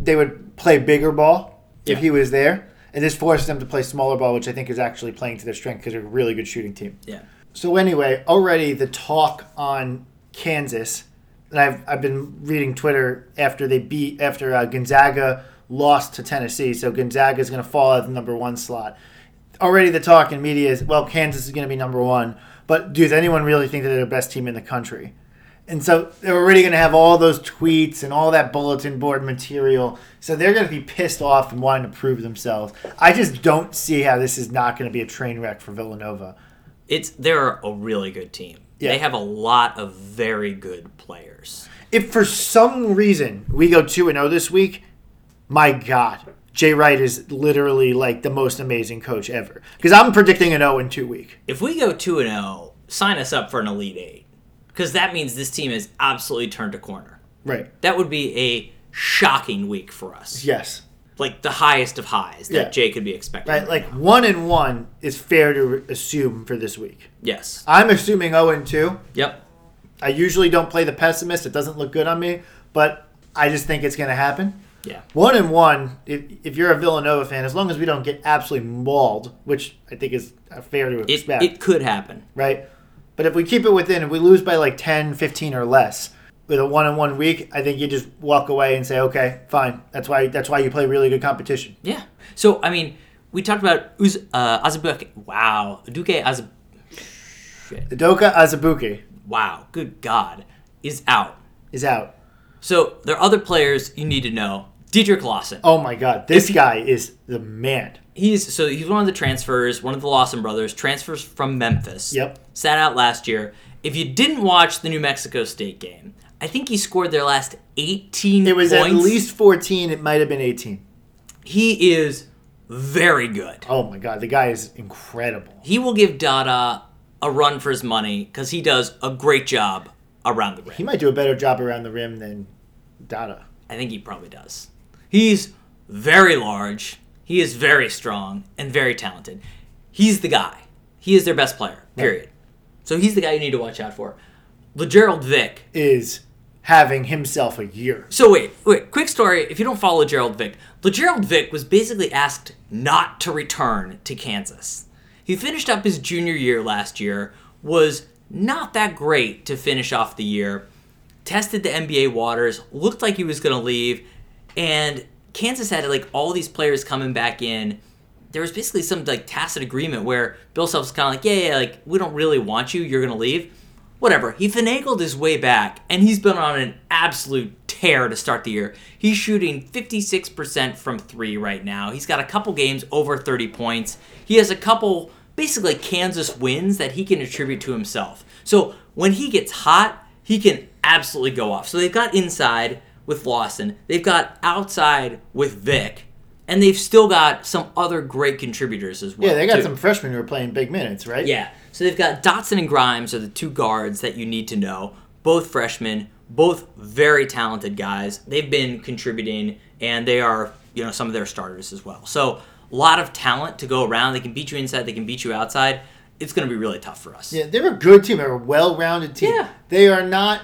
they would play bigger ball if Yeah. he was there, and this forced them to play smaller ball, which I think is actually playing to their strength because they're a really good shooting team. Yeah. So anyway, already the talk on Kansas, and I've I've been reading Twitter after they beat after uh, Gonzaga lost to Tennessee, so Gonzaga is going to fall out of the number one slot. Already the talk in media is well, Kansas is going to be number one, but does anyone really think that they're the best team in the country? And so they're already going to have all those tweets and all that bulletin board material. So they're going to be pissed off and wanting to prove themselves. I just don't see how this is not going to be a train wreck for Villanova. It's they're a really good team. Yeah. They have a lot of very good players. if for some reason we go 2 and 0 this week, my god, Jay Wright is literally like the most amazing coach ever cuz I'm predicting an 0 in 2 week. If we go 2 and 0, sign us up for an Elite 8 cuz that means this team has absolutely turned a corner. Right. That would be a shocking week for us. Yes. Like the highest of highs that Yeah. Jay could be expecting. Right, like 1 and 1 is fair to assume for this week. yes. I'm assuming 0 and 2. Yep. I usually don't play the pessimist. It doesn't look good on me, but I just think it's going to happen. Yeah. One and one. If, if you're a Villanova fan, as long as we don't get absolutely mauled, which I think is uh, fair to It, expect. it could happen. right? But if we keep it within, if we lose by like 10, 15 or less with a one on one week, I think you just walk away and say, okay, fine. That's why that's why you play really good competition. Yeah. So, I mean, we talked about Uz- uh, Azubuike. Wow. Duque Azub. Adoka Azubuki Wow. Good God. Is out. is out. So there are other players you need to know. Dietrich Lawson. Oh my God, this guy is the man. He's so he's one of the transfers, one of the Lawson brothers, transfers from Memphis. Yep. Sat out last year. If you didn't watch the New Mexico State game, I think he scored their last 18 It was points. at least 14, it might have been 18. he is very good. Oh my God, the guy is incredible. He will give Dada a run for his money because he does a great job around the rim. He might do a better job around the rim than Dada. I think he probably does. He's very large. He is very strong and very talented. He's the guy. He is their best player. Period. So he's the guy you need to watch out for. LeGerald Vick. Is having himself a year. So wait, wait. Quick story. If you don't follow LeGerald Vick, LeGerald Vick was basically asked not to return to Kansas. He finished up his junior year last year. Was not that great to finish off the year. tested the NBA waters, looked like he was going to leave, and Kansas had like all these players coming back in. There was basically some like tacit agreement where Bill Self's kind of like, yeah, yeah, like we don't really want you, you're going to leave. Whatever. He finagled his way back, and he's been on an absolute tear to start the year. He's shooting 56% from three right now. He's got a couple games over 30 points. He has a couple basically Kansas wins that he can attribute to himself. So when he gets hot, he can absolutely go off. So they've got inside with Lawson, they've got outside with Vic, and they've still got some other great contributors as well. Yeah, they got too. some freshmen who are playing big minutes, right? Yeah. So they've got Dotson and Grimes are the two guards that you need to know. Both freshmen, both very talented guys. They've been contributing, and they are you know some of their starters as well. So a lot of talent to go around. They can beat you inside. They can beat you outside. it's going to be really tough for us. Yeah, they're a good team. They're a well-rounded team. Yeah. They are not,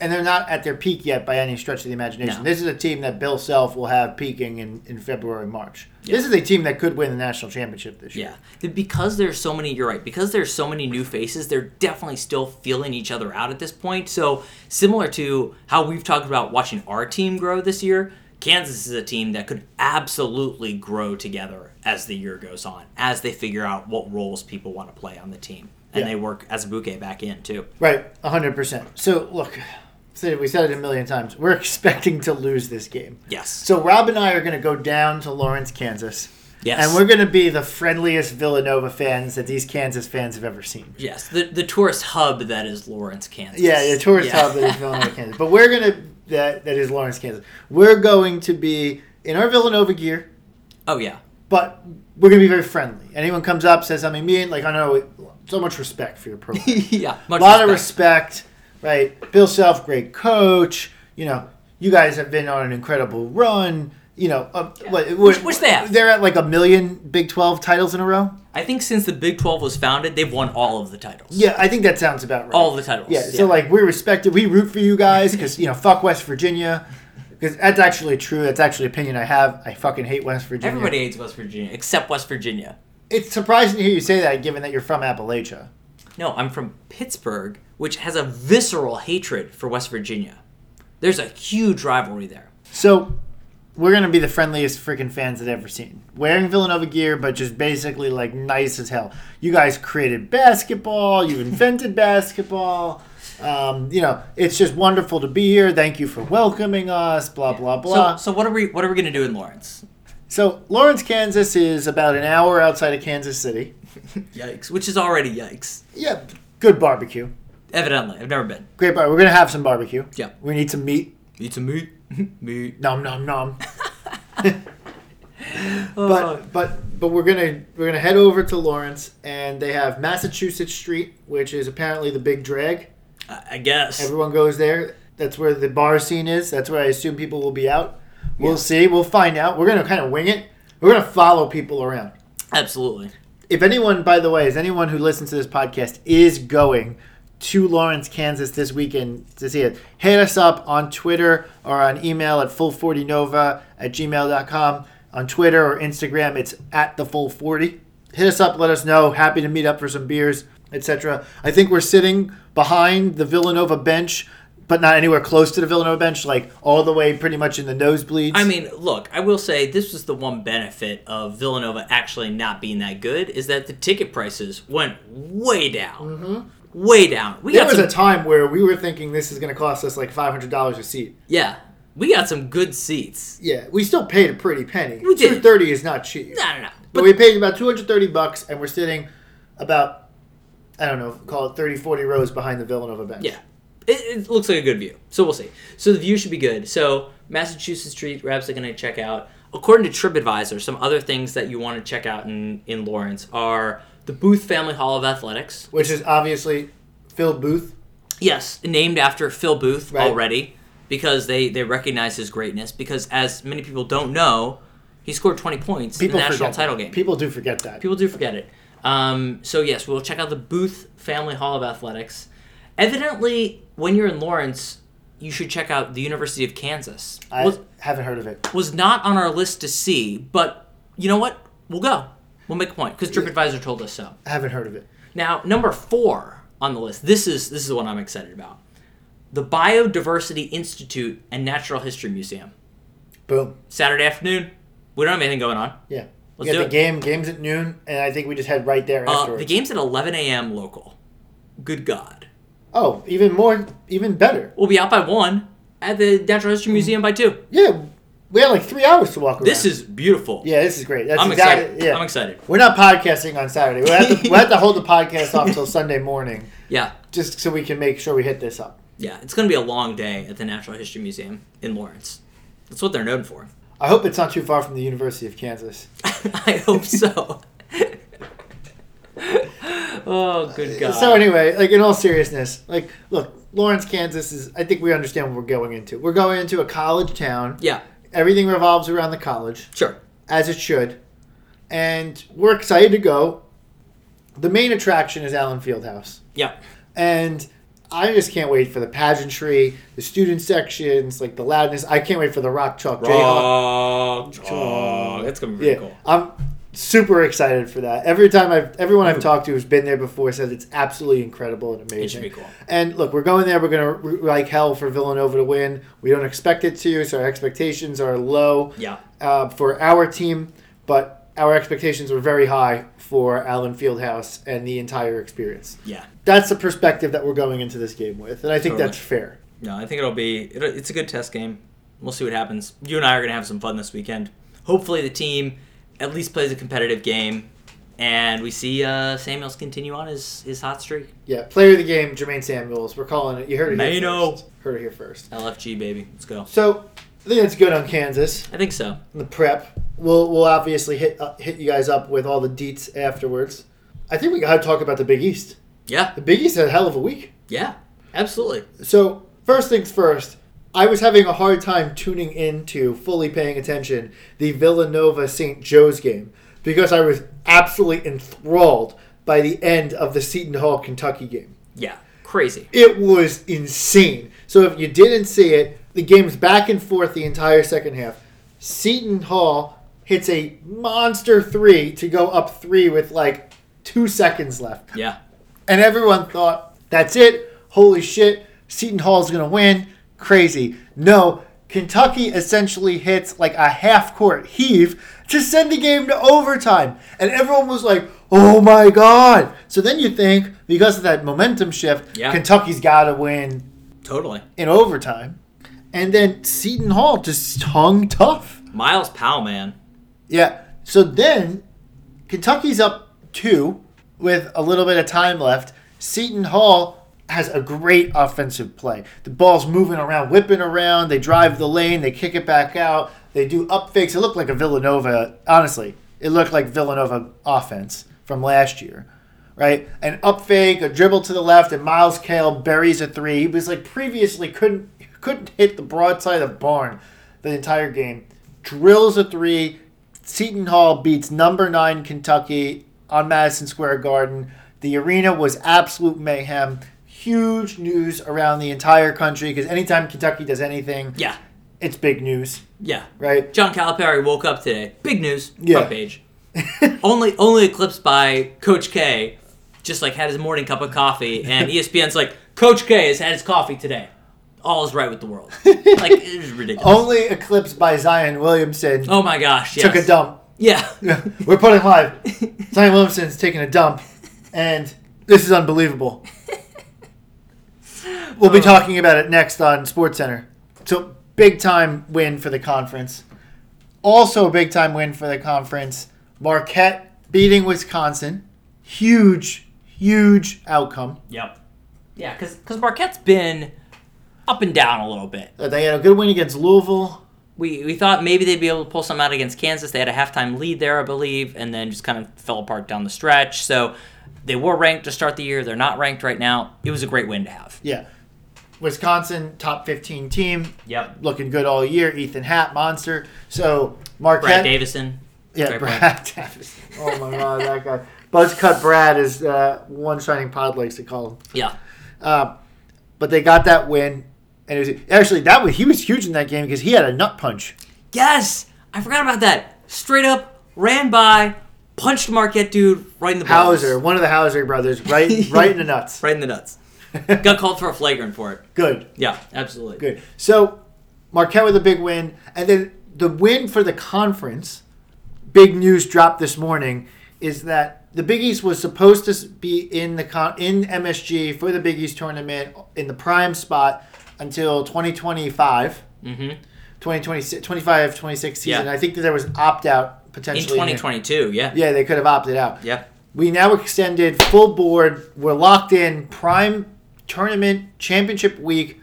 and they're not at their peak yet by any stretch of the imagination. No. This is a team that Bill Self will have peaking in, in February, March. Yeah. This is a team that could win the national championship this year. Yeah, because there's so many. You're right. Because there's so many new faces, they're definitely still feeling each other out at this point. So similar to how we've talked about watching our team grow this year, Kansas is a team that could absolutely grow together as the year goes on, as they figure out what roles people want to play on the team, and Yeah. they work as a bouquet back in too. Right, hundred percent. So look, said- we said it a million times. We're expecting to lose this game. Yes. So Rob and I are going to go down to Lawrence, Kansas. Yes. And we're going to be the friendliest Villanova fans that these Kansas fans have ever seen. yes, the the tourist hub that is Lawrence, Kansas. Yeah, the tourist Yeah. hub that is Villanova, Kansas. But we're gonna that that is Lawrence, Kansas. We're going to be in our Villanova gear, oh yeah. but we're gonna be very friendly. Anyone comes up, says something mean, like I know so much respect for your program. yeah. A lot of respect, right? Bill Self, great coach. You know, you guys have been on an incredible run. You know, uh, what, Which- which they have. They're at like a million Big Twelve titles in a row. I think since the Big 12 was founded, they've won all of the titles. Yeah, I think that sounds about right. All the titles. Yeah, so like we respect it. We root for you guys because you know fuck West Virginia. Because that's actually true. That's actually an opinion I have. I fucking hate West Virginia. everybody hates West Virginia except West Virginia. It's surprising to hear you say that, given that you're from Appalachia. No, I'm from Pittsburgh, which has a visceral hatred for West Virginia. There's a huge rivalry there. So we're gonna be the friendliest freaking fans that I've ever seen. Wearing Villanova gear, but just basically like nice as hell. You guys created basketball. You invented basketball. Um, you know, it's just wonderful to be here. Thank you for welcoming us. Blah blah blah. So, so what are we what are we gonna do in Lawrence? So Lawrence, Kansas is about an hour outside of Kansas City. Yikes! Which is already yikes. Yeah, good barbecue. Evidently, I've never been. Great bar. We're gonna have some barbecue. Yeah. We need some meat. Eat some meat. meat. Nom nom nom. Oh. But but but we're gonna we're gonna head over to Lawrence, and they have Massachusetts Street, which is apparently the big drag. I Uh, I guess. Everyone goes there. That's where the bar scene is. That's where I assume people will be out. We'll see. We'll find out. We're gonna kind of wing it. We're gonna follow people around. Absolutely. if anyone, by the way, is anyone who listens to this podcast is going to Lawrence, Kansas this weekend to see it, hit us up on Twitter or on email at full40nova at gmail.com. On Twitter or Instagram, it's at the full40. Hit us up, let us know. Happy to meet up for some beers, etc. I think we're sitting behind the Villanova bench, but not anywhere close to the Villanova bench, like all the way pretty much in the nosebleeds. I mean, look, I will say this was the one benefit of Villanova actually not being that good is that the ticket prices went way down. Mm-hmm. Way down. We there got was some, a time where we were thinking this is going to cost us like $500 a seat. yeah, we got some good seats. Yeah, we still paid a pretty penny. We did. Two thirty is not cheap. No, no, no. But, we paid about two hundred thirty bucks, and we're sitting about I don't know, call it 30, 40 rows behind the Villanova bench. Yeah. It, it looks like a good view. So we'll see. So the view should be good. So Massachusetts Street, we're absolutely going to check out. According to TripAdvisor, some other things that you want to check out in, in Lawrence are the Booth Family Hall of Athletics. which is obviously Phil Booth. Yes, named after Phil Booth Right. already because they, they recognize his greatness because as many people don't know, he scored 20 points People in the national forget title that. game. People do forget that. People do forget it. Um, so yes, we'll check out the Booth Family Hall of Athletics. Evidently, when you're in Lawrence, you should check out the University of Kansas. I was, haven't heard of it. was not on our list to see, but you know what? We'll go. We'll make a point because TripAdvisor told us so. I haven't heard of it. Now, number four on the list. This is this is the one I'm excited about. The Biodiversity Institute and Natural History Museum. Boom. Saturday afternoon. We don't have anything going on. Yeah. we Let's got do the it. game. Game's at noon, and I think we just head right there Uh, afterwards. the game's at 11 a.m. local. Good God. Oh, even more, even better. We'll be out by one at the Natural History Museum by two. Hmm. Yeah, we had like three hours to walk around. This is beautiful. Yeah, this is great. That's I'm exactly, excited. Yeah. I'm excited. We're not podcasting on Saturday. We have to, we have to hold the podcast off till Sunday morning, Yeah. just so we can make sure we hit this up. Yeah. It's going to be a long day at the Natural History Museum in Lawrence. That's what they're known for. I hope it's not too far from the University of Kansas. I hope so. oh, good God. Uh, So anyway, like in all seriousness, like look, Lawrence, Kansas is. I think we understand what we're going into. We're going into a college town. yeah. Everything revolves around the college, Sure. as it should, and we're excited to go. the main attraction is Allen Fieldhouse. Yep. And I just can't wait for the pageantry, the student sections, like the loudness. I can't wait for the Rock Chalk Jayhawk. Rock chalk. That's gonna be pretty Yeah, cool. I'm super excited for that. Every time I've, everyone I've talked to who's been there before says it's absolutely incredible and amazing. It should be cool. And look, we're going there. We're gonna root like hell for Villanova to win. We don't expect it to, so our expectations are low Yeah. uh, for our team, but our expectations were very high for Allen Fieldhouse and the entire experience. Yeah. That's the perspective that we're going into this game with, and I think Totally. that's fair. No, I think it'll be. It'll, it's a good test game. We'll see what happens. You and I are gonna have some fun this weekend. Hopefully, the team at least plays a competitive game, and we see uh, Samuels continue on his his hot streak. Yeah, player of the game, Jermaine Samuels. We're calling it. You heard it here Mano. first. Heard it here first. LFG baby, let's go. So I think that's good on Kansas. I think so. The prep. We'll we'll obviously hit uh, hit you guys up with all the deets afterwards. I think we got to talk about the Big East. Yeah. The Big East had a hell of a week. Yeah. Absolutely. So first things first, I was having a hard time tuning into fully paying attention the Villanova St. Joe's game because I was absolutely enthralled by the end of the Seton Hall Kentucky game. Yeah. Crazy. It was insane. So if you didn't see it, the game's back and forth the entire second half. Seton Hall hits a monster three to go up three with like two seconds left. Yeah. And everyone thought, that's it. Holy shit. Seton Hall's going to win. Crazy. No, Kentucky essentially hits like a half court heave to send the game to overtime. And everyone was like, oh my God. So then you think, because of that momentum shift, Yeah. Kentucky's got to win Totally. in overtime. And then Seton Hall just hung tough. Miles Powell, man. Yeah. So then Kentucky's up two with a little bit of time left. Seton Hall has a great offensive play. The ball's moving around, whipping around. They drive the lane, they kick it back out. They do up fakes. It looked like a Villanova, honestly. It looked like Villanova offense from last year, right? An up fake, a dribble to the left, and Miles Kale buries a three. He was like previously couldn't couldn't hit the broadside of Barn the entire game. Drills a three, Seton Hall beats number nine Kentucky on Madison Square Garden. The arena was absolute mayhem. Huge news around the entire country because anytime Kentucky does anything, Yeah. it's big news, Yeah. right? John Calipari woke up today. Big news. Yeah. Front page. only only eclipsed by Coach K. Just like had his morning cup of coffee, and E ESPN's like, Coach K has had his coffee today. All is right with the world. like it is ridiculous. Only eclipsed by Zion Williamson Oh my gosh! Yes. Oh. took a dump. Yeah. We're putting live. Zion Williamson's taking a dump, and this is unbelievable. We'll be talking about it next on SportsCenter. So, big time win for the conference. Also, a big time win for the conference. Marquette beating Wisconsin. Huge, huge outcome. Yep. Yeah, because Marquette's been up and down a little bit. Uh, They had a good win against Louisville. We we thought maybe they'd be able to pull some out against Kansas. They had a halftime lead there, I believe, and then just kind of fell apart down the stretch. So they were ranked to start the year. They're not ranked right now. It was a great win to have. Yeah. Wisconsin, top 15 team. Yep. Looking good all year. Ethan Hatt, monster. So, Marquette. Brad Davison. Yeah, Great Brad. Davis. Oh my god, that guy. Buzzcut Brad is uh, one shining pod likes to call him. Yeah. Uh, but they got that win, and it was actually that was he was huge in that game because he had a nut punch. Yes, I forgot about that. Straight up ran by, punched Marquette dude right in the balls. Hauser, one of the Hauser brothers, right, right in the nuts. right in the nuts. Got called for a flagrant for it. Good, Yeah, absolutely. good. So Marquette with a big win, and then the win for the conference. Big news dropped this morning is that the Big East was supposed to s- be in the con- in MSG for the Big East tournament in the prime spot until 2025. hmm 2026, 25, 26 season. Yeah. I think that there was opt out In potentially. 2022, yeah. Yeah, they could have opted out. Yeah. We now extended full board. We're locked in prime tournament championship week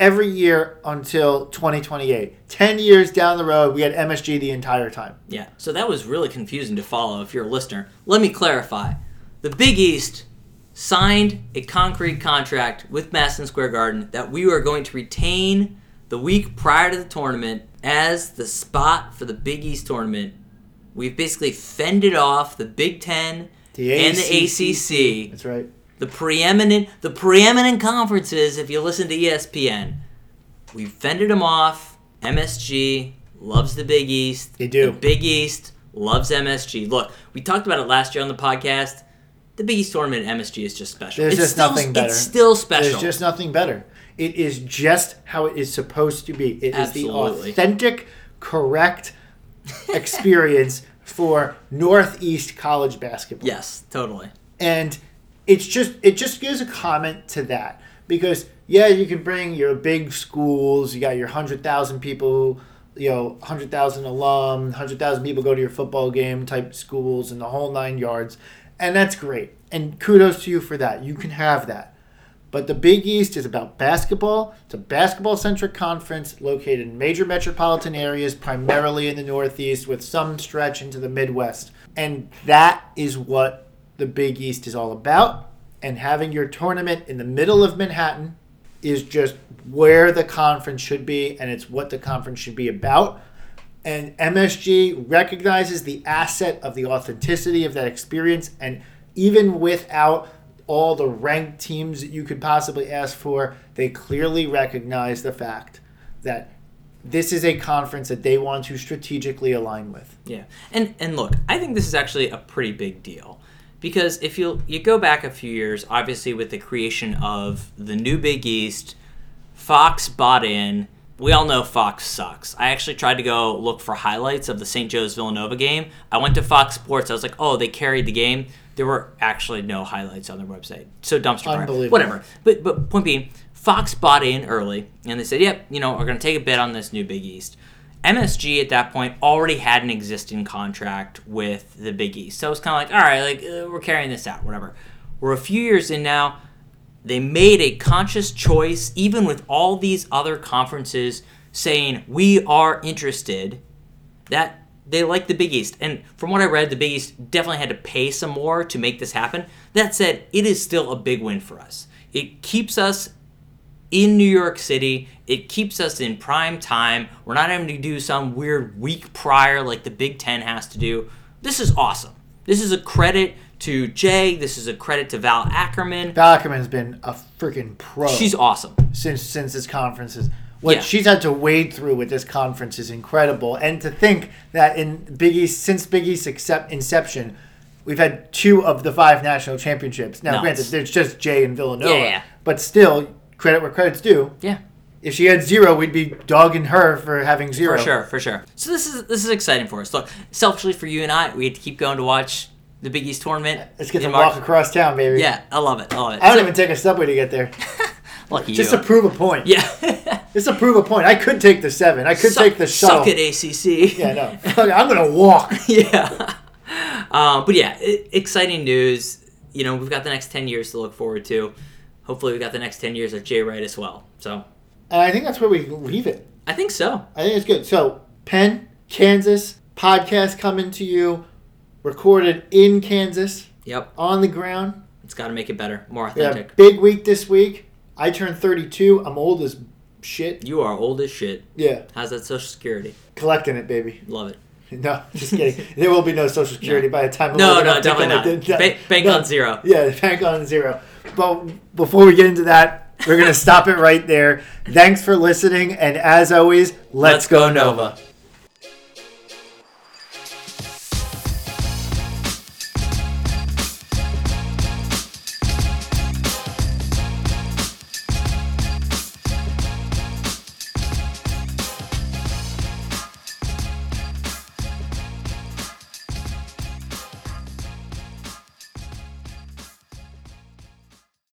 every year until 2028. 10 years down the road, we had MSG the entire time. Yeah. So that was really confusing to follow if you're a listener. Let me clarify. The Big East signed a concrete contract with Madison Square Garden that we were going to retain the week prior to the tournament as the spot for the Big East tournament. We've basically fended off the Big Ten The and the ACC, That's right. the preeminent the preeminent conferences. If you listen to E ESPN, we've fended them off. MSG loves the Big East. They do. The Big East loves MSG. Look, we talked about it last year on the podcast. The Big East tournament at MSG is just special. There's it's just still, nothing better. It's still special. There's just nothing better. It is just how it is supposed to be. It is the Absolutely. authentic, correct experience for Northeast college basketball. yes, totally. and it's just it just gives a comment to that because yeah you can bring your big schools you got your 100000 people you know 100000 alum 100000 people go to your football game type schools and the whole nine yards and that's great and kudos to you for that you can have that but the Big East is about basketball. It's a basketball centric conference located in major metropolitan areas, primarily in the Northeast, with some stretch into the Midwest. And that is what the Big East is all about. And having your tournament in the middle of Manhattan is just where the conference should be, and it's what the conference should be about. And MSG recognizes the asset of the authenticity of that experience. And even without all the ranked teams that you could possibly ask for, they clearly recognize the fact that this is a conference that they want to strategically align with. Yeah, and and look, I think this is actually a pretty big deal because if you you go back a few years, obviously with the creation of the new Big East, Fox bought in. We all know Fox sucks. I actually tried to go look for highlights of the St. Joe's Villanova game. I went to Fox Sports. I was like, oh, they carried the game. There were actually no highlights on their website. So dumpster fire. Unbelievable. Whatever. But but point being, Fox bought in early, and they said, "Yep, you know, we're going to take a bid on this new Big East." MSG at that point already had an existing contract with the Big East, so it's kind of like, "All right, like uh, we're carrying this out, whatever." We're a few years in now. They made a conscious choice, even with all these other conferences saying we are interested. That they like the Big East, and from what I read, the Big East definitely had to pay some more to make this happen. That said, it is still a big win for us. It keeps us in New York City. It keeps us in prime time. We're not having to do some weird week prior like the Big Ten has to do. This is awesome. This is a credit to Jay. This is a credit to Val Ackerman. Ackerman has been a freaking pro She's awesome. since since this conference is. What Yeah. she's had to wade through with this conference is incredible, and to think that in Big East since Big East accept, inception, we've had two of the five national championships. Now, Nuts. granted, there's just Jay and Villanova, Yeah, yeah. but still, credit where credit's due. Yeah. If she had zero, we'd be dogging her for having zero. For sure, for sure. So this is this is exciting for us. Look, selfishly for you and I, we had to keep going to watch the Big East tournament. Let's get in to March. walk across town, baby. Yeah, I love it. I love it. I don't So- even take a subway to get there. lucky Just you. to prove a point. yeah. Just to prove a point. I could take the seven. I could Suck- take the shuttle. Suck at ACC. Yeah, no. Fuck it, I'm gonna walk. yeah. Uh, but yeah, i exciting news. You know, we've got the next 10 years to look forward to. Hopefully, we've got the next 10 years of Jay Wright as well. So And I think that's where we leave it. I think so. I think it's good. So, Penn, Kansas, podcast coming to you, recorded in Kansas, Yep. on the ground. It's got to make it better, more We had authentic. a big week this week. I turned 32. I'm old as shit. You are old as shit. Yeah, How's that Social Security? collecting it, baby. Love it. No, just kidding. there will be no Social Security by the time. I'm No, old no, enough to definitely not. collect it. Ba- bank No. on zero. Yeah, bank on zero. But before we get into that, we're gonna stop it right there. Thanks for listening, and as always, let's, Let's go Nova.